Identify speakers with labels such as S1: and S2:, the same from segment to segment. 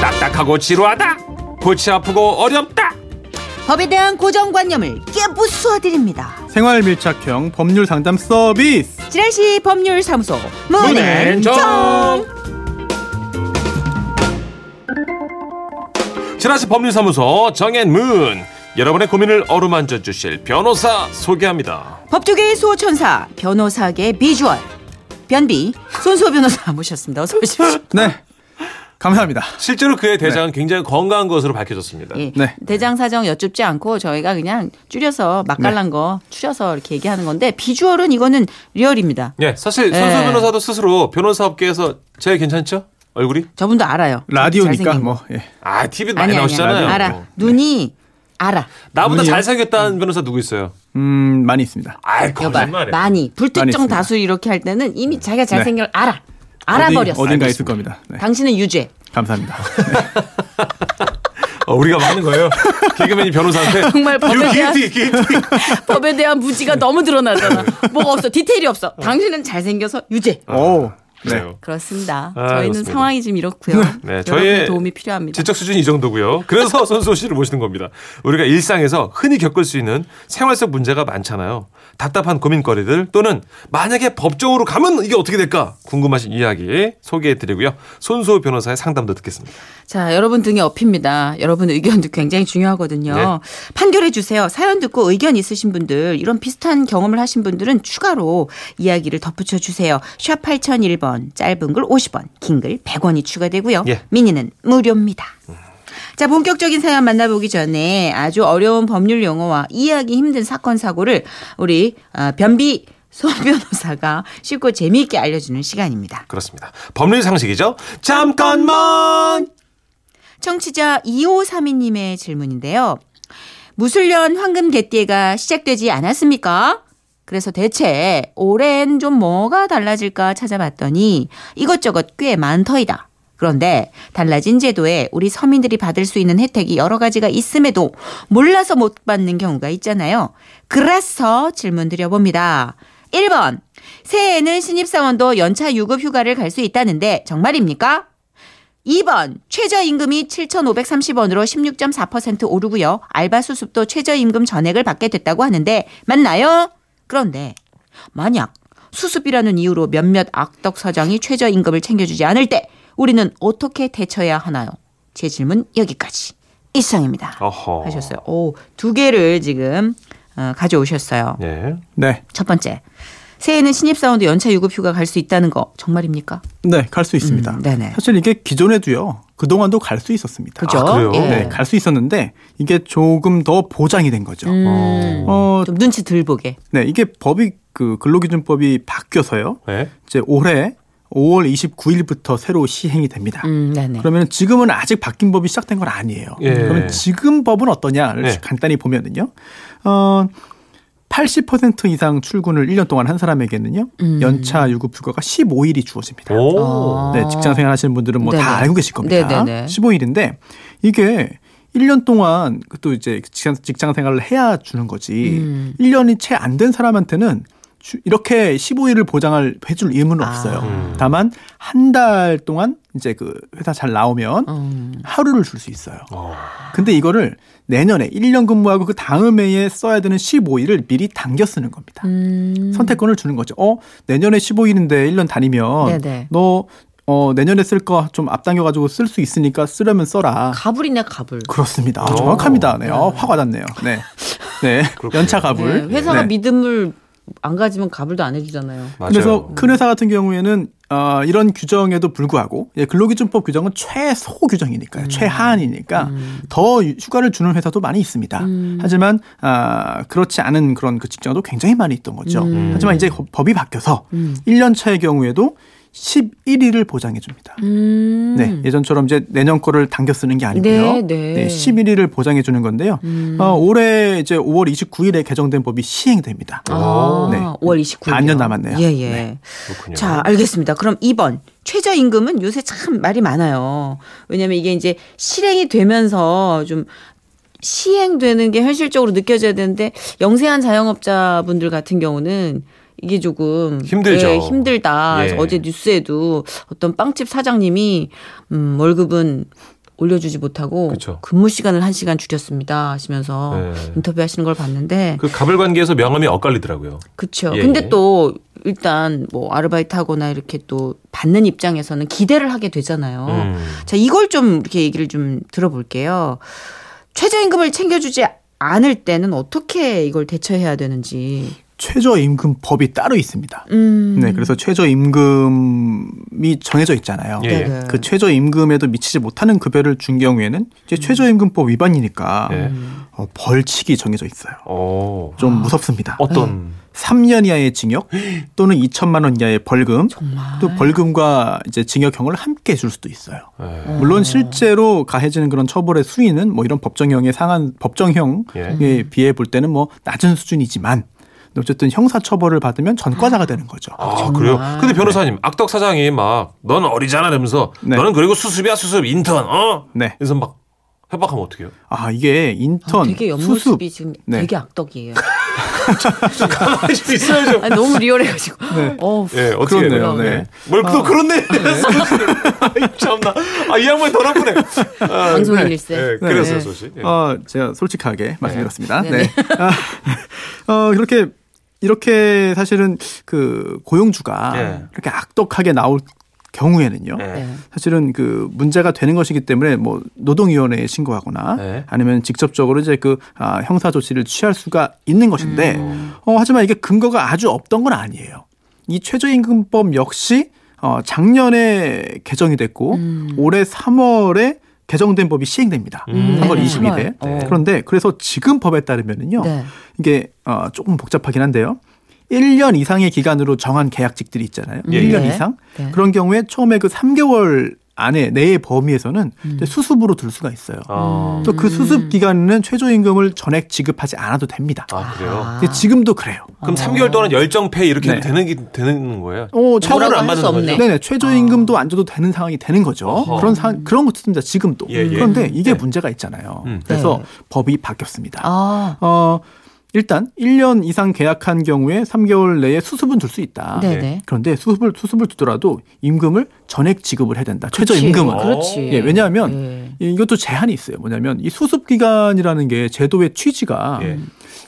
S1: 딱딱하고 지루하다 골치 아프고 어렵다
S2: 법에 대한 고정관념을 깨부수어드립니다.
S3: 생활 밀착형 법률 상담 서비스.
S2: 지라시 법률사무소 문앤정
S1: 지라시 법률사무소 정앤문 여러분의 고민을 어루만져 주실 변호사 소개합니다
S2: 법조계의 수호천사 변호사계 비주얼 변비 손수호 변호사 모셨습니다. 어서 오십시오.
S3: 네. 감사합니다.
S2: 아,
S1: 실제로 그의 대장은 굉장히 건강한 것으로 밝혀졌습니다
S2: 네. 예,
S3: 네.
S2: 대장 사정 여쭙지 않고 저희가 그냥 줄여서 맛깔난
S3: 네.
S2: 거 추려서 이렇게 얘기하는 건데 비주얼은 이거는 리얼입니다.
S1: 예, 사실
S2: 예.
S1: 손수 변호사도 스스로 변호사 업계에서 제일 괜찮죠? 얼굴이?
S2: 저분도 알아요.
S3: 라디오니까
S2: 잘생긴 거.
S3: 뭐. 예.
S1: 아, TV 많이
S2: 아니 아니
S1: 나오시잖아요.
S2: 알아
S1: 어.
S2: 눈이 알아
S1: 나보다
S3: 눈이요?
S1: 잘생겼다는 변호사 누구 있어요?
S3: 음, 많이 있습니다.
S1: 아이,
S2: 여봐
S1: 거짓말이에요.
S2: 많이
S3: 많이
S2: 불특정
S3: 있습니다. 네.
S2: 다수 이렇게 할 때는 이미 자기가 잘생긴 걸 알아 알아버렸어.
S3: 어딘가 있을 겁니다. 네.
S2: 당신은 유죄.
S3: 감사합니다.
S1: 어, 우리가 많은 거예요. 개그맨이 변호사한테.
S2: 정말 법에 대한
S1: 길티, 길티.
S2: 법에 대한 무지가
S1: 네.
S2: 너무 드러나잖아. 뭐가 없어 디테일이 없어. 당신은 잘생겨서 유죄.
S3: 오. 네.
S1: 그래요.
S2: 그렇습니다.
S1: 아,
S2: 저희는
S1: 그렇습니다.
S2: 상황이 좀 이렇고요.
S1: 네,
S2: 여러분의
S1: 저희의
S2: 도움이 필요합니다.
S1: 지적 수준이 이 정도고요. 그래서 손수호 씨를 모시는 겁니다. 우리가 일상에서 흔히 겪을 수 있는 생활 속 문제가 많잖아요. 답답한 고민거리들 또는 만약에 법정으로 가면 이게 어떻게 될까 궁금하신 이야기 소개해드리고요. 손수호 변호사의 상담도 듣겠습니다.
S2: 자, 여러분 등에 업힙니다. 여러분 의견도 굉장히 중요하거든요.
S1: 네.
S2: 판결해 주세요. 사연 듣고 의견 있으신 분들, 이런 비슷한 경험을 하신 분들은 추가로 이야기를 덧붙여 주세요. 샵 8001번, 짧은 글 50원, 긴 글 100원이 추가되고요.
S1: 예.
S2: 미니는 무료입니다. 자, 본격적인 사연 만나보기 전에 아주 어려운 법률 용어와 이해하기 힘든 사건 사고를 우리 아, 변비 손 변호사가 쉽고 재미있게 알려주는 시간입니다.
S1: 그렇습니다. 법률 상식이죠. 잠깐만.
S2: 청취자 2532님의 질문인데요. 무술년 황금 개띠가 시작되지 않았습니까? 그래서 대체 올해엔 좀 뭐가 달라질까 찾아봤더니 이것저것 꽤 많더이다. 그런데 달라진 제도에 우리 서민들이 받을 수 있는 혜택이 여러 가지가 있음에도 몰라서 못 받는 경우가 있잖아요. 그래서 질문 드려봅니다. 1번. 새해에는 신입사원도 연차 유급 휴가를 갈 수 있다는데 정말입니까? 2번 최저임금이 7,530원으로 16.4% 오르고요. 알바 수습도 최저임금 전액을 받게 됐다고 하는데 맞나요? 그런데 만약 수습이라는 이유로 몇몇 악덕 사장이 최저임금을 챙겨주지 않을 때 우리는 어떻게 대처해야 하나요? 제 질문 여기까지 이상입니다.
S1: 어허.
S2: 하셨어요. 오, 두 개를 지금 어, 가져오셨어요.
S1: 예.
S3: 네.
S2: 첫 번째. 새해에는 신입사원도 연차 유급 휴가 갈 수 있다는 거 정말입니까?
S3: 네, 갈 수 있습니다.
S2: 음, 네네.
S3: 사실 이게 기존에도요. 그동안도 갈 수 있었습니다.
S2: 그죠?
S1: 아, 그래요?
S2: 예.
S3: 네, 갈 수 있었는데 이게 조금 더 보장이 된 거죠.
S2: 음.
S3: 어,
S2: 좀 눈치 덜 보게.
S3: 네, 이게 법이 그 근로기준법이 바뀌어서요.
S1: 예.
S3: 이제 올해 5월 29일부터 새로 시행이 됩니다.
S2: 음, 네네.
S3: 그러면 지금은 아직 바뀐 법이 시작된 건 아니에요.
S1: 예.
S3: 그러면 지금 법은 어떠냐를
S1: 네.
S3: 간단히 보면은요. 어, 80% 이상 출근을 1년 동안 한 사람에게는요.
S2: 음.
S3: 연차 유급 휴가가 15일이 주어집니다.
S1: 오.
S2: 어.
S3: 네, 직장 생활 하시는 분들은 뭐
S2: 네네.
S3: 다 알고 계실 겁니다.
S2: 네네네.
S3: 15일인데 이게 1년 동안 또 이제 직장, 직장 생활을 해야 주는 거지.
S2: 음.
S3: 1년이 채 안 된 사람한테는 주- 이렇게 15일을 보장을 해줄 의무는
S2: 아.
S3: 없어요.
S1: 음.
S3: 다만 한 달 동안 이제 그 회사 잘 나오면
S2: 음.
S3: 하루를 줄 수 있어요.
S1: 어.
S3: 근데 이거를 내년에 1년 근무하고 그 다음 해에 써야 되는 15일을 미리 당겨 쓰는 겁니다.
S2: 음.
S3: 선택권을 주는 거죠. 어, 내년에 15일인데 1년 다니면
S2: 네네.
S3: 너 어, 내년에 쓸 거 좀 앞당겨 가지고 쓸 수 있으니까 쓰려면 써라.
S2: 가불이네 가불.
S3: 그렇습니다.
S1: 오.
S3: 아, 정확합니다. 네. 어, 확 와닿네요. 네. 네.
S1: 그렇군요.
S3: 연차
S2: 네,
S3: 가불.
S2: 회사가
S3: 네.
S2: 믿음을 안 가지면 가불도 안 해주잖아요. 음.
S1: 맞아요.
S3: 그래서 큰 회사 같은 경우에는 어, 이런 규정에도 불구하고 예, 근로기준법 규정은 최소 규정이니까요.
S2: 음.
S3: 최하한이니까 더 유- 휴가를 주는 회사도 많이 있습니다.
S2: 음.
S3: 하지만 아, 그렇지 않은 그런 그 직장도 굉장히 많이 있던 거죠.
S2: 음.
S3: 하지만 이제 거- 법이 바뀌어서 1년 차의 경우에도 11일을 보장해 줍니다.
S2: 음.
S3: 네, 예전처럼 이제 내년 거를 당겨 쓰는 게
S2: 네,
S3: 아니고요.
S2: 네. 음.
S3: 11일을 보장해 주는 건데요. 어, 올해 이제 5월 29일에 개정된 법이 시행됩니다.
S2: 아,
S3: 네.
S2: 5월 29일.
S3: 반년 남았네요.
S2: 예, 예.
S1: 그렇군요.
S2: 자, 알겠습니다. 그럼 2번. 최저임금은 요새 참 말이 많아요. 왜냐면 이게 이제 실행이 되면서 좀 시행되는 게 현실적으로 느껴져야 되는데 영세한 자영업자분들 같은 경우는 이게 조금
S1: 힘들죠.
S2: 예, 힘들다.
S1: 예.
S2: 어제 뉴스에도 어떤 빵집 사장님이 음, 월급은 올려주지 못하고
S1: 그쵸.
S2: 근무 시간을 한 시간 줄였습니다 하시면서
S1: 네.
S2: 인터뷰하시는 걸 봤는데
S1: 그 가불 관계에서 명함이 엇갈리더라고요.
S2: 그렇죠.
S1: 예.
S2: 근데 또 일단 뭐 아르바이트하거나 이렇게 또 받는 입장에서는 기대를 하게 되잖아요.
S1: 음.
S2: 자, 이걸 좀 이렇게 얘기를 좀 들어볼게요. 최저임금을 챙겨주지 않을 때는 어떻게 이걸 대처해야 되는지.
S3: 최저임금법이 따로 있습니다.
S2: 음.
S3: 네, 그래서 최저임금이 정해져 있잖아요.
S1: 예.
S2: 네네.
S3: 그 최저임금에도 미치지 못하는 급여를 준 경우에는 이제 최저임금법 위반이니까
S1: 음. 예.
S3: 어, 벌칙이 정해져 있어요.
S1: 어.
S3: 좀 무섭습니다.
S1: 어떤
S2: 음.
S3: 3년 이하의 징역 또는 2천만 원 이하의 벌금
S2: 정말.
S3: 또 벌금과 이제 징역형을 함께 줄 수도 있어요.
S1: 예.
S2: 어.
S3: 물론 실제로 가해지는 그런 처벌의 수위는 뭐 이런 법정형의 상한 법정형에
S1: 예.
S3: 비해 볼 때는 뭐 낮은 수준이지만 어쨌든 형사 처벌을 받으면 전과자가 되는 거죠.
S1: 아, 그래요? 근데 변호사님,
S2: 네.
S1: 악덕 사장이 막, 넌 어리잖아, 이러면서,
S3: 네.
S1: 너는 그리고 수습이야, 수습, 인턴, 어?
S3: 네.
S1: 그래서 막, 협박하면 어떡해요?
S3: 아 이게
S2: 아,
S3: 인턴
S2: 되게
S3: 수습
S2: 옆모습이 지금
S3: 네.
S2: 되게 악덕이에요.
S1: 가만히 좀 있어야죠.
S2: 아, 너무 리얼해가지고. 어,
S1: 예, 어떻게 해야
S3: 그렇네요.
S1: 돼요?
S3: 네.
S1: 뭘,
S2: 아.
S1: 또 그렇네. 아이, 참나. 아, 이 양반이 더 나쁘네. 아,
S2: 방송인
S3: 네.
S1: 예,
S2: 일세.
S1: 그래서요,
S2: 네.
S1: 소식. 예.
S3: 어, 제가 솔직하게 말씀드렸습니다.
S2: 네.
S3: 네. 아, 어, 그렇게 이렇게 사실은 그 고용주가
S1: 네.
S3: 이렇게 악독하게 나올 경우에는요.
S1: 예.
S2: 네.
S3: 사실은 그 문제가 되는 것이기 때문에 뭐 노동위원회에 신고하거나
S1: 네.
S3: 아니면 직접적으로 이제 그 아, 형사 조치를 취할 수가 있는 것인데
S1: 음.
S3: 어, 하지만 이게 근거가 아주 없던 건 아니에요. 이 최저임금법 역시 어, 작년에 개정이 됐고
S2: 음.
S3: 올해 3월에 개정된 법이 시행됩니다.
S1: 음.
S3: 3월
S2: 네,
S3: 20일에.
S2: 삼월. 어.
S3: 그런데 그래서 지금 법에 따르면은요.
S2: 네.
S3: 이게 어, 조금 복잡하긴 한데요. 1년 이상의 기간으로 정한 계약직들이 있잖아요.
S1: 예,
S3: 1년
S2: 예.
S3: 이상.
S2: 네.
S3: 그런 경우에 처음에 그 3개월 안에 내의 범위에서는 이제 수습으로 둘 수가 있어요.
S1: 음. 아,
S3: 또 그 수습 기간에는 최저임금을 전액 지급하지 않아도 됩니다.
S1: 아, 그래요?
S2: 아.
S3: 근데 지금도 그래요.
S1: 그럼 3개월 동안 열정페 이렇게 해도
S3: 네.
S1: 되는, 게- 되는 거예요?
S3: 어,
S1: 처벌을
S2: 뭐라고
S1: 안
S2: 할수
S1: 받는 거죠?
S2: 없네.
S3: 네네 최저임금도 안 줘도 되는 상황이 되는 거죠.
S1: 아. 어허.
S3: 그런 사 그런 것도 있습니다. 지금도.
S1: 예, 예.
S3: 그런데 이게
S1: 네.
S3: 문제가 있잖아요.
S1: 음.
S3: 그래서
S2: 네.
S3: 법이 바뀌었습니다.
S2: 아,
S3: 어, 일단 1년 이상 계약한 경우에 3개월 내에 수습은 둘 수 있다.
S2: 네네.
S3: 그런데 수습을 수습을 두더라도 임금을 전액 지급을 해야 된다. 최저
S2: 그렇지.
S3: 임금은.
S2: 그렇지.
S3: 예, 왜냐하면
S2: 예.
S3: 이것도 제한이 있어요. 뭐냐면 이 수습 기간이라는 게 제도의
S2: 네.
S3: 취지가
S1: 예.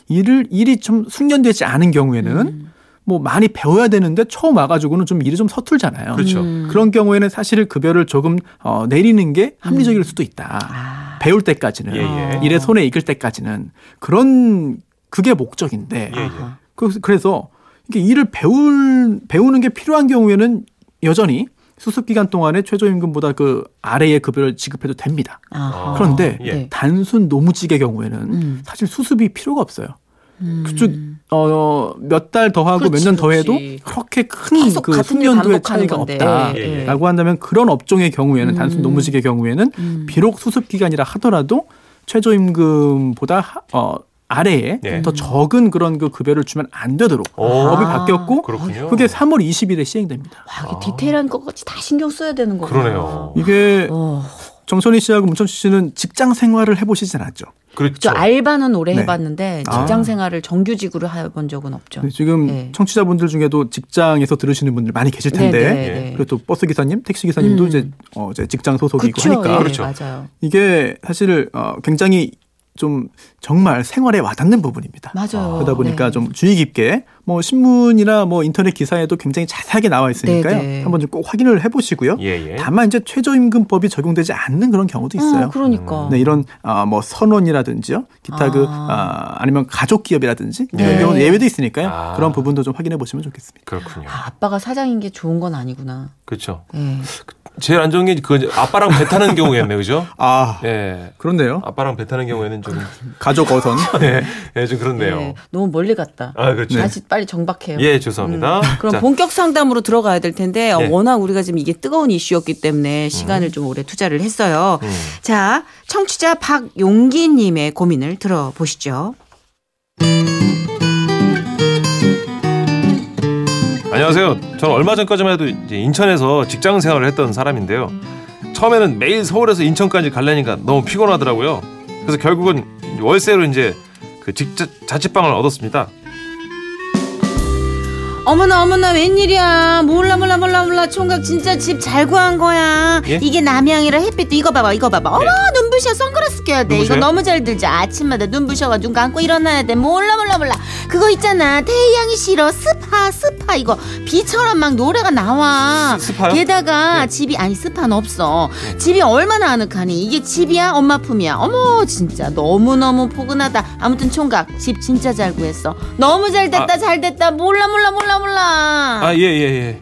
S3: 일을 일이 좀 숙련되지 않은 경우에는
S2: 음.
S3: 뭐 많이 배워야 되는데 처음 와가지고는 좀 일이 좀 서툴잖아요.
S1: 그렇죠.
S2: 음.
S3: 런 경우에는 사실 급여를 조금 어, 내리는 게 합리적일 수도 있다.
S2: 음. 아.
S3: 배울 때까지는
S1: 예,
S2: 예.
S3: 일에 손에 익을 때까지는 그런 그게 목적인데
S1: 예, 예.
S2: 아하.
S3: 그- 그래서 이게 일을 배울 배우는 게 필요한 경우에는 여전히 수습 기간 동안에 최저임금보다 그 아래의 급여를 지급해도 됩니다.
S2: 아하.
S3: 그런데
S1: 예.
S2: 네.
S3: 단순 노무직의 경우에는
S2: 음.
S3: 사실 수습이 필요가 없어요.
S2: 음.
S3: 그쪽 어, 몇 달 더 하고 몇
S2: 그렇지,
S3: 년 더 해도
S2: 그렇지.
S3: 그렇게 큰
S2: 계속
S3: 그
S2: 같은 일
S3: 숙련도의
S2: 반복하는
S3: 차이가
S2: 건데.
S3: 없다라고
S1: 예.
S3: 한다면 그런 업종의 경우에는
S2: 음.
S3: 단순 노무직의 경우에는
S2: 음.
S3: 비록 수습 기간이라 하더라도 최저임금보다 하- 어, 아래에
S1: 네.
S3: 더 적은 그런 그 급여를 주면 안 되도록
S1: 오.
S3: 법이
S2: 아.
S3: 바뀌었고
S1: 어, 그렇군요.
S3: 그게 3월 20일에 시행됩니다.
S2: 와, 이게 디테일한 것까지 다 신경 써야 되는 거구나.
S1: 아. 그러네요.
S3: 이게
S2: 어.
S3: 정선희 씨하고 문천식 씨는 직장 생활을 해보시진 않았죠.
S1: 그렇죠.
S2: 저 알바는 오래
S3: 네.
S2: 해봤는데
S3: 아.
S2: 직장 생활을 정규직으로 해본 적은 없죠.
S3: 네, 지금
S2: 네.
S3: 청취자분들 중에도 직장에서 들으시는 분들 많이 계실 텐데
S1: 예.
S3: 그리고 또 버스 기사님, 택시 기사님도
S2: 네, 음.
S3: 이제, 어, 이제 직장 소속이고
S2: 그렇죠.
S3: 하니까
S2: 예,
S1: 그렇죠.
S2: 맞아요.
S3: 이게 사실 어, 굉장히 좀 정말 생활에 와닿는 부분입니다.
S2: 맞아요.
S3: 그러다 보니까
S2: 네.
S3: 좀 주의 깊게 뭐 신문이나 뭐 인터넷 기사에도 굉장히 자세하게 나와 있으니까요.
S2: 네네.
S3: 한번 좀 꼭 확인을 해보시고요.
S1: 예, 예.
S3: 다만 이제 최저임금법이 적용되지 않는 그런 경우도 있어요.
S2: 어, 그러니까.
S3: 네, 이런 아, 뭐 선언이라든지요, 기타 그
S2: 아.
S3: 아, 아니면 가족 기업이라든지
S2: 네.
S3: 이런 경우는 예외도 있으니까요.
S1: 아.
S3: 그런 부분도 좀 확인해 보시면 좋겠습니다.
S1: 그렇군요.
S2: 아, 아빠가 사장인 게 좋은 건 아니구나.
S1: 그렇죠.
S2: 예.
S1: 제일 안 좋은 게 그 아빠랑 배 타는 경우였네, 그죠?
S3: 아
S1: 예.
S3: 그렇네요.
S1: 아빠랑 배 타는 경우에는 좀,
S3: 가족 어선. 네.
S1: 예, 좀 그렇네요.
S2: 예, 너무 멀리 갔다.
S1: 아, 그렇죠.
S2: 다시 빨리 정박해요.
S1: 예, 죄송합니다.
S2: 음, 그럼
S1: 자,
S2: 본격 상담으로 들어가야 될 텐데 어,
S1: 예. 음.
S2: 워낙 우리가 지금 이게 뜨거운 이슈였기 때문에 시간을 좀 오래 투자를 했어요. 자, 청취자 박용기님의 고민을 들어보시죠.
S1: 안녕하세요. 저는 얼마 전까지만 해도 이제 인천에서 직장 생활을 했던 사람인데요. 처음에는 매일 서울에서 인천까지 가려니까 너무 피곤하더라고요. 그래서 결국은 월세로 이제 그 직자, 자취방을 얻었습니다.
S2: 어머나 어머나 웬일이야 몰라 몰라 몰라 몰라 총각 진짜 집 잘 구한 거야
S1: 예?
S2: 이게 남양이라 햇빛도 이거 봐봐 이거 봐봐 어머 눈부셔 선글라스 껴야 돼
S1: 누구세요?
S2: 이거 너무 잘 들자 아침마다 눈부셔가 눈 감고 일어나야 돼 몰라 몰라 몰라 그거 있잖아 태양이 싫어 스파 스파 이거 비처럼 막 노래가 나와
S1: 스- 스파요? 네.
S2: 게다가 집이 아니 스파는 없어 집이 얼마나 아늑하니 이게 집이야 엄마 품이야 어머 진짜 너무너무 포근하다 아무튼 총각 집 진짜 잘 구했어 너무 잘 됐다
S1: 아.
S2: 잘 됐다 몰라 몰라 몰라 몰라
S1: 아, 예, 예, 예.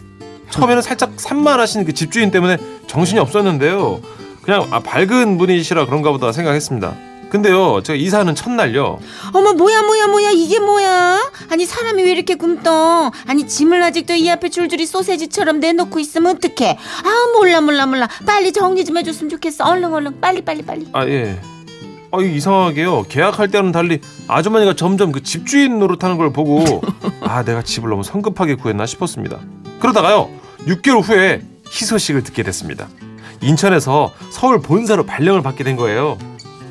S1: 처음에는 살짝 산만하신 그 집주인 때문에 정신이 없었는데요. 그냥 아, 밝은 분이시라 그런가 보다 생각했습니다. 근데요, 제가 이사하는 첫날요.
S2: 어머 뭐야 뭐야 뭐야 이게 뭐야 아니 사람이 왜 이렇게 굶떠 아니 짐을 아직도 이 앞에 줄줄이 소세지처럼 내놓고 있으면 어떡해 아 몰라 몰라 몰라 빨리 정리 좀 해줬으면 좋겠어 얼른 얼른 빨리 빨리 빨리
S1: 아, 예. 아, 이거 이상하게요. 계약할 때와는 달리 아주머니가 점점 그 집주인 노릇하는 걸 보고 아, 내가 집을 너무 성급하게 구했나 싶었습니다. 그러다가요. 6개월 후에 희소식을 듣게 됐습니다. 인천에서 서울 본사로 발령을 받게 된 거예요.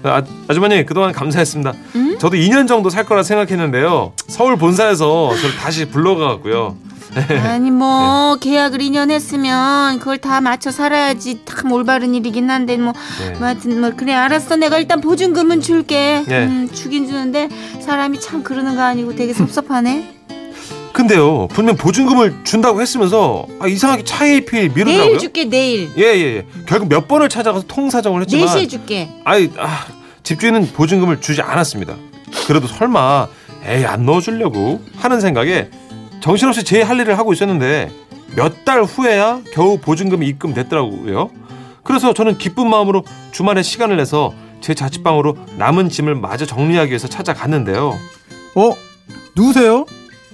S1: 아, 아주머니 그동안 감사했습니다. 저도 2년 정도 살 거라 생각했는데요. 서울 본사에서 저를 다시 불러가갖고요.
S2: 아니 뭐
S1: 네.
S2: 계약을 2년 했으면 그걸 다 맞춰 살아야지 참 올바른 일이긴 한데 뭐,
S1: 네.
S2: 뭐 하여튼 뭐 그래 알았어 내가 일단 보증금은 줄게
S1: 네.
S2: 음, 주긴 주는데 사람이 참 그러는 거 아니고 되게 섭섭하네
S1: 근데요. 분명 보증금을 준다고 했으면서 아, 이상하게 차에 필 미루더라고요.
S2: 내일 줄게 내일
S1: 예, 예, 예. 결국 몇 번을 찾아가서 통사정을 했지만
S2: 4시에 줄게
S1: 아이, 아, 집주인은 보증금을 주지 않았습니다. 그래도 설마 에이 안 넣어주려고 하는 생각에 정신없이 제 할 일을 하고 있었는데 몇 달 후에야 겨우 보증금이 입금됐더라고요. 그래서 저는 기쁜 마음으로 주말에 시간을 내서 제 자취방으로 남은 짐을 마저 정리하기 위해서 찾아갔는데요.
S3: 어? 누구세요?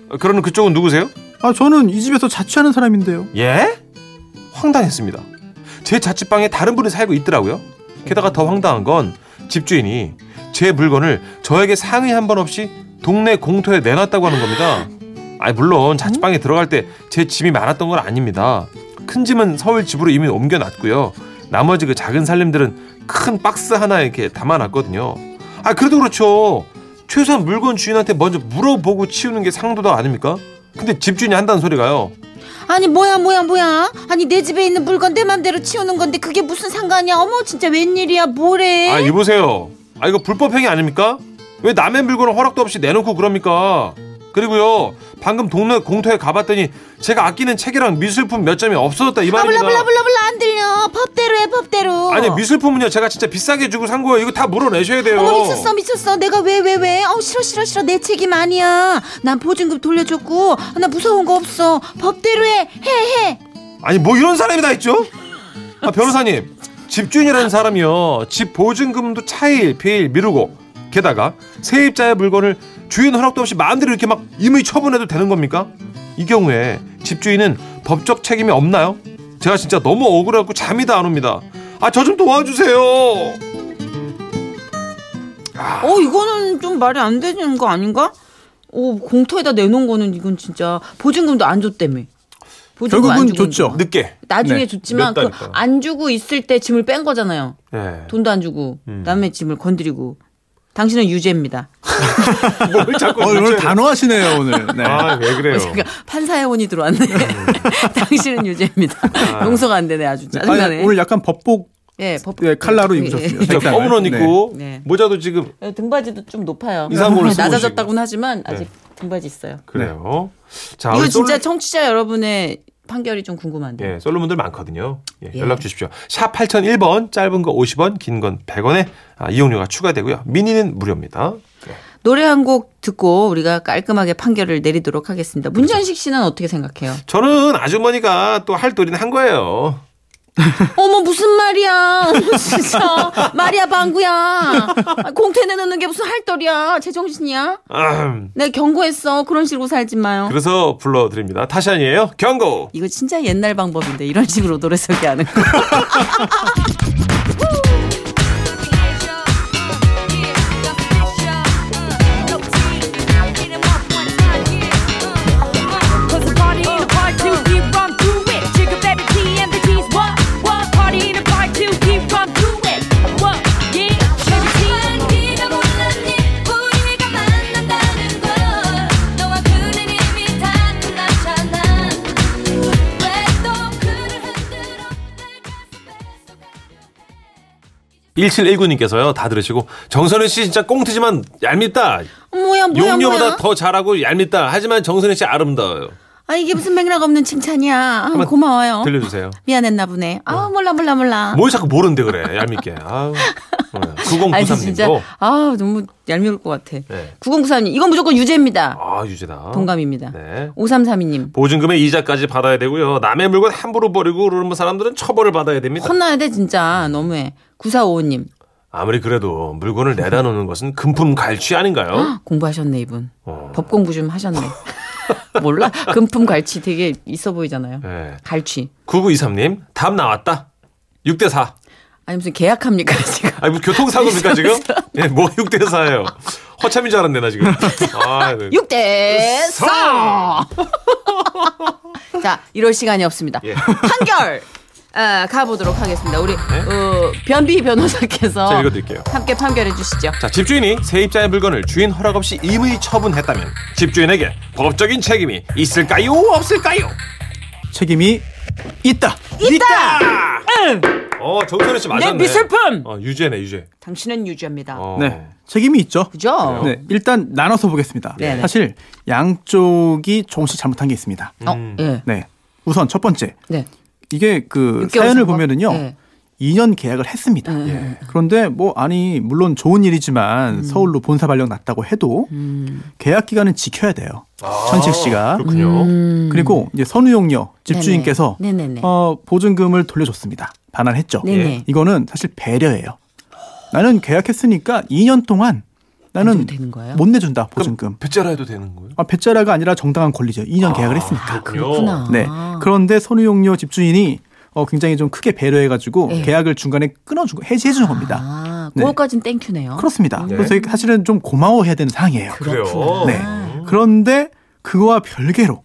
S1: 어, 그러는 그쪽은 누구세요?
S3: 아 저는 이 집에서 자취하는 사람인데요.
S1: 예? 황당했습니다. 제 자취방에 다른 분이 살고 있더라고요. 게다가 더 황당한 건 집주인이 제 물건을 저에게 상의 한 번 없이 동네 공터에 내놨다고 하는 겁니다. 아니 물론 자취방에 들어갈 때 제 짐이 많았던 건 아닙니다. 큰 짐은 서울 집으로 이미 옮겨놨고요. 나머지 그 작은 살림들은 큰 박스 하나에 이렇게 담아놨거든요. 아 그래도 그렇죠. 최소한 물건 주인한테 먼저 물어보고 치우는 게 상도도 아닙니까? 근데 집주인이 한다는 소리가요.
S2: 아니 뭐야 뭐야 뭐야 아니 내 집에 있는 물건 내 맘대로 치우는 건데 그게 무슨 상관이야 어머 진짜 웬일이야 뭐래
S1: 아 이보세요. 아 이거 불법행위 아닙니까? 왜 남의 물건을 허락도 없이 내놓고 그럽니까? 그리고요 방금 동네 공터에 가봤더니 제가 아끼는 책이랑 미술품 몇 점이 없어졌다 이
S2: 아 몰라 몰라
S1: 말입니다.
S2: 몰라 몰라 안 들려 법대로 해 법대로
S1: 아니 미술품은요 제가 진짜 비싸게 주고 산 거예요. 이거 다 물어내셔야 돼요.
S2: 어머 미쳤어 미쳤어 내가 왜 왜 왜? 어 싫어 싫어 싫어 내 책임 아니야. 난 보증금 돌려줬고 나 무서운 거 없어. 법대로 해 해 해.
S1: 아니 뭐 이런 사람이 다 있죠? 아 변호사님 집주인이라는 사람이요 집 보증금도 차일 비일 미루고 게다가 세입자의 물건을 주인 허락도 없이 마음대로 이렇게 막 임의 처분해도 되는 겁니까? 이 경우에 집주인은 법적 책임이 없나요? 제가 진짜 너무 억울하고 잠이 다 안 옵니다. 아 저 좀 도와주세요.
S2: 어 이거는 좀 말이 안 되는 거 아닌가? 어 공터에다 내놓은 거는 이건 진짜 보증금도 안 줬다며. 보증금 안
S3: 결국은
S2: 주고
S3: 줬죠.
S2: 있는 거.
S1: 늦게.
S2: 나중에
S3: 네,
S1: 몇
S2: 줬지만
S1: 달이니까.
S2: 그 안 주고 있을 때 짐을 뺀 거잖아요.
S1: 예.
S2: 돈도 안 주고 남의 짐을 건드리고 당신은 유죄입니다.
S1: 뭘 자꾸
S3: 어, 오늘 단호하시네요 오늘. 네.
S1: 아왜 그래요?
S2: 그러니까 판사회원이 들어왔네. 당신은 유죄입니다. 용서가 안 되네 아주
S3: 아니,
S2: 짜증나네.
S3: 오늘 약간 법복
S2: 예, 법-
S3: 예, 칼라로
S2: 예,
S3: 입으셨어요.
S2: 예.
S1: 진짜 검은 옷
S3: 네.
S1: 입고
S2: 네.
S1: 모자도 지금
S2: 예, 등바지도 좀 높아요.
S1: 이상한 걸로 쓰고
S2: 낮아졌다고는 하지만 아직
S1: 네.
S2: 등바지 있어요.
S1: 그래요. 자
S2: 네. 이거
S1: 우리 솔로-
S2: 진짜 청취자 여러분의 판결이 좀 궁금한데.
S1: 예, 솔로몬들 많거든요. 예,
S2: 음. 예.
S1: 연락 주십시오. 샵 8001번, 짧은 거 50원, 긴 건 100원에 아, 이용료가 추가되고요. 미니는 무료입니다. 네.
S2: 노래 한 곡 듣고 우리가 깔끔하게 판결을 내리도록
S1: 네.
S2: 하겠습니다. 문전식 씨는 어떻게 생각해요?
S1: 저는 아주머니가 또 할 도리는 한 거예요.
S2: 어머 무슨 말이야? 어머 진짜 말이야 방구야. 공태 내놓는 게 무슨 할떨이야? 제정신이야?
S1: 아흠.
S2: 내 경고했어. 그런 식으로 살지 마요.
S1: 그래서 불러드립니다. 타샤니에요. 경고!
S2: 이거 진짜 옛날 방법인데 이런 식으로 노래 소개하는 거.
S4: 우리가 만난다는 걸 너와 그는 이미 다 끝났잖아
S1: 1719님께서요. 다 들으시고 정선우 씨 진짜 꽁트지만 얄밉다.
S2: 뭐야 뭐야
S1: 용녀보다
S2: 뭐야.
S1: 더 잘하고 얄밉다. 하지만 정선우 씨 아름다워요.
S2: 아 이게 무슨 맥락 없는 칭찬이야. 아, 고마워요.
S1: 들려주세요.
S2: 미안했나 보네.
S1: 어.
S2: 아 몰라 몰라 몰라.
S1: 뭘 자꾸 모른데 그래 얄밉게. 아우. 뭐
S2: 아니 진짜
S1: 9093님도
S2: 아 너무 얄미울 것 같아.
S1: 네.
S2: 9093님 이건 무조건 유죄입니다.
S1: 아 유재다.
S2: 동감입니다.
S1: 네.
S2: 5332님
S1: 보증금의 이자까지 받아야 되고요. 남의 물건 함부로 버리고 그러는 사람들은 처벌을 받아야 됩니다.
S2: 혼나야 돼 진짜 너무해. 9455님
S1: 아무리 그래도 물건을 내다 놓는 것은 금품 갈취 아닌가요?
S2: 공부하셨네 이분.
S1: 어.
S2: 법 공부 좀 하셨네. 몰라 금품 갈취 되게 있어 보이잖아요.
S1: 네.
S2: 갈취.
S1: 9923님 답 나왔다. 6대 4.
S2: 아니 무슨 계약합니까 지금?
S1: 아니 뭐 교통사고입니까 지금? 예, 뭐 6대 4예요. 허참인 줄 알았네 나 지금. 아, 네.
S2: 6대 4. 자, 이럴 시간이 없습니다.
S1: 예.
S2: 판결 아, 가보도록 하겠습니다. 우리 어, 변비 변호사께서
S1: 네? 제가 읽어드릴게요.
S2: 함께 판결해 주시죠.
S1: 자, 집주인이 세입자의 물건을 주인 허락 없이 임의 처분했다면 집주인에게 법적인 책임이 있을까요? 없을까요?
S3: 책임이 있다.
S1: 있다. 어, 정선우 씨 맞았네.
S2: 내 미술품!
S1: 어, 유죄네, 유죄.
S2: 당신은 유죄입니다.
S1: 어.
S3: 네, 책임이 있죠.
S2: 그죠?
S3: 네, 일단 나눠서 보겠습니다.
S2: 네네.
S3: 사실 양쪽이 조금씩 잘못한 게 있습니다.
S2: 어,
S1: 음.
S2: 예.
S3: 네, 우선 첫 번째
S2: 네.
S3: 이게 그
S2: 육개월
S3: 사연을
S2: 선고?
S3: 보면은요.
S2: 네. 음,
S3: 2년 계약을 했습니다. 예. 그런데 뭐 아니 물론 좋은 일이지만 서울로 본사 발령 났다고 해도
S2: 음.
S3: 계약 기간은 지켜야 돼요. 천식 씨가
S1: 아, 그렇군요.
S2: 음.
S3: 그리고 이제 선우용녀 집주인께서
S2: 네네. 네네네.
S3: 어, 보증금을 돌려줬습니다. 반환했죠. 예.
S2: 네네.
S3: 이거는 사실 배려예요. 나는 계약했으니까 2년 동안 나는
S2: 안 되는 거예요?
S3: 음. 못 내준다 보증금.
S1: 뱃자라 해도 되는 거예요?
S3: 아, 배짜라가 아니라 정당한 권리죠. 2년 계약을
S1: 아,
S3: 했으니까.
S2: 그렇구나.
S3: 네. 그런데 선우용료 집주인이 어, 굉장히 좀 크게 배려해가지고
S2: 예.
S3: 계약을 중간에 끊어준 거, 해지해준 주 겁니다.
S2: 아,
S3: 네.
S2: 그거까진 땡큐네요.
S3: 그렇습니다.
S1: 네.
S3: 그래서 사실은 좀 고마워해야 되는 상황이에요.
S2: 그렇죠.
S1: 그래요.
S2: 그렇구나.
S3: 네. 그런데 그와 별개로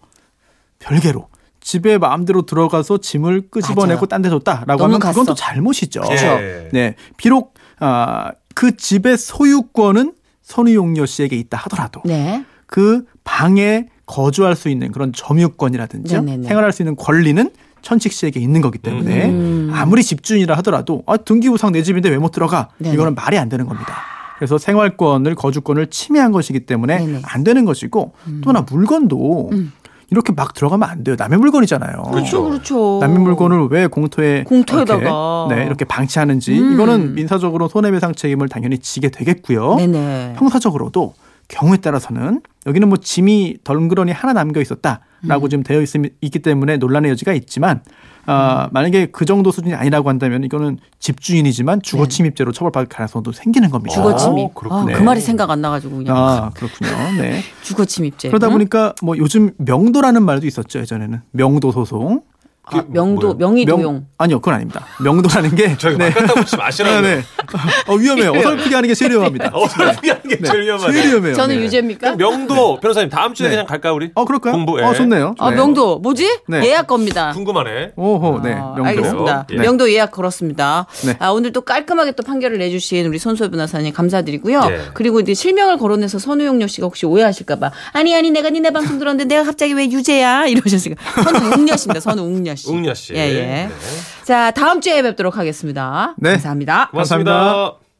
S3: 별개로 집에 마음대로 들어가서 짐을
S2: 맞아요.
S3: 끄집어내고 딴 데 뒀다라고
S2: 너무
S3: 하면 그건
S2: 갔어.
S3: 또 잘못이죠.
S1: 그렇죠. 예.
S3: 네. 비록 아, 그 집의 소유권은 선우용료 씨에게 있다 하더라도
S2: 네.
S3: 그 방에 거주할 수 있는 그런 점유권이라든지
S2: 네네네.
S3: 생활할 수 있는 권리는 천식 씨에게 있는 거기 때문에
S1: 음.
S2: 음.
S3: 아무리 집주인이라 하더라도 아, 등기부상 내 집인데 왜 못 들어가
S2: 네네.
S3: 이거는 말이 안 되는 겁니다. 그래서 생활권을 거주권을 침해한 것이기 때문에
S2: 네네. 음.
S3: 안 되는 것이고 또 하나 물건도 이렇게 막 들어가면 안 돼요. 남의 물건이잖아요.
S1: 그렇죠.
S2: 그렇죠. 그렇죠.
S3: 남의 물건을 왜 공터에
S2: 공터에다가.
S3: 이렇게, 네, 이렇게 방치하는지
S2: 음.
S3: 이거는 민사적으로 손해배상 책임을 당연히 지게 되겠고요.
S2: 네네.
S3: 형사적으로도 경우에 따라서는 여기는 뭐 짐이 덩그러니 하나 남겨 있었다라고 지금 되어 있음, 있기 때문에 논란의 여지가 있지만
S2: 음.
S3: 아, 만약에 그 정도 수준이 아니라고 한다면 이거는 집주인이지만 주거 침입죄로 처벌받을 가능성도 생기는 겁니다.
S2: 네. 주거 침입.
S1: 어, 그렇구나.
S2: 아, 그
S3: 네.
S2: 말이 생각 안 나가지고 그냥
S3: 아, 그렇군요. 네.
S2: 주거 침입죄.
S3: 그러다
S2: 응?
S3: 보니까 뭐 요즘 명도라는 말도 있었죠, 예전에는. 명도 소송.
S2: 아, 명도 명의 도용.
S3: 아니요, 그건 아닙니다. 명도라는 게
S1: 저기
S3: 네.
S1: 막 갖다 붙이지 마시라고.
S3: 네, 네. 어,
S2: 네.
S3: 위험해요. 어설프게 하는 게 제일 위험합니다.
S1: 어설프게 하는 게 제일 위험하네.
S3: 제일 위험해요.
S2: 저는
S3: 네.
S2: 유죄입니까?
S1: 명도 변호사님 다음 주에
S3: 네.
S1: 그냥 갈까 우리?
S3: 어, 그럴까요?
S1: 공부.
S3: 어,
S1: 예.
S3: 좋네요.
S2: 아,
S3: 네.
S2: 명도 뭐지?
S3: 네.
S2: 예약 겁니다.
S1: 궁금하네.
S3: 오호, 네.
S2: 아,
S3: 명도.
S2: 알겠습니다.
S1: 예.
S2: 명도 예약 걸었습니다.
S3: 네.
S2: 아, 오늘 또 깔끔하게 또 판결을 내주신 우리 손소희 변호사님 감사드리고요.
S1: 예.
S2: 그리고 이제 실명을 거론해서 선우용료 씨가 혹시 오해하실까봐 아니 아니 내가 니네 방송 들었는데 내가 갑자기 왜 유죄야 이러셨으니까 선우웅녀 씨입니다. 선우웅녀 씨.
S1: 응녀 씨.
S2: 예, 예.
S1: 네.
S2: 자 다음 주에 뵙도록 하겠습니다.
S3: 네.
S2: 감사합니다.
S1: 고맙습니다.
S3: 감사합니다.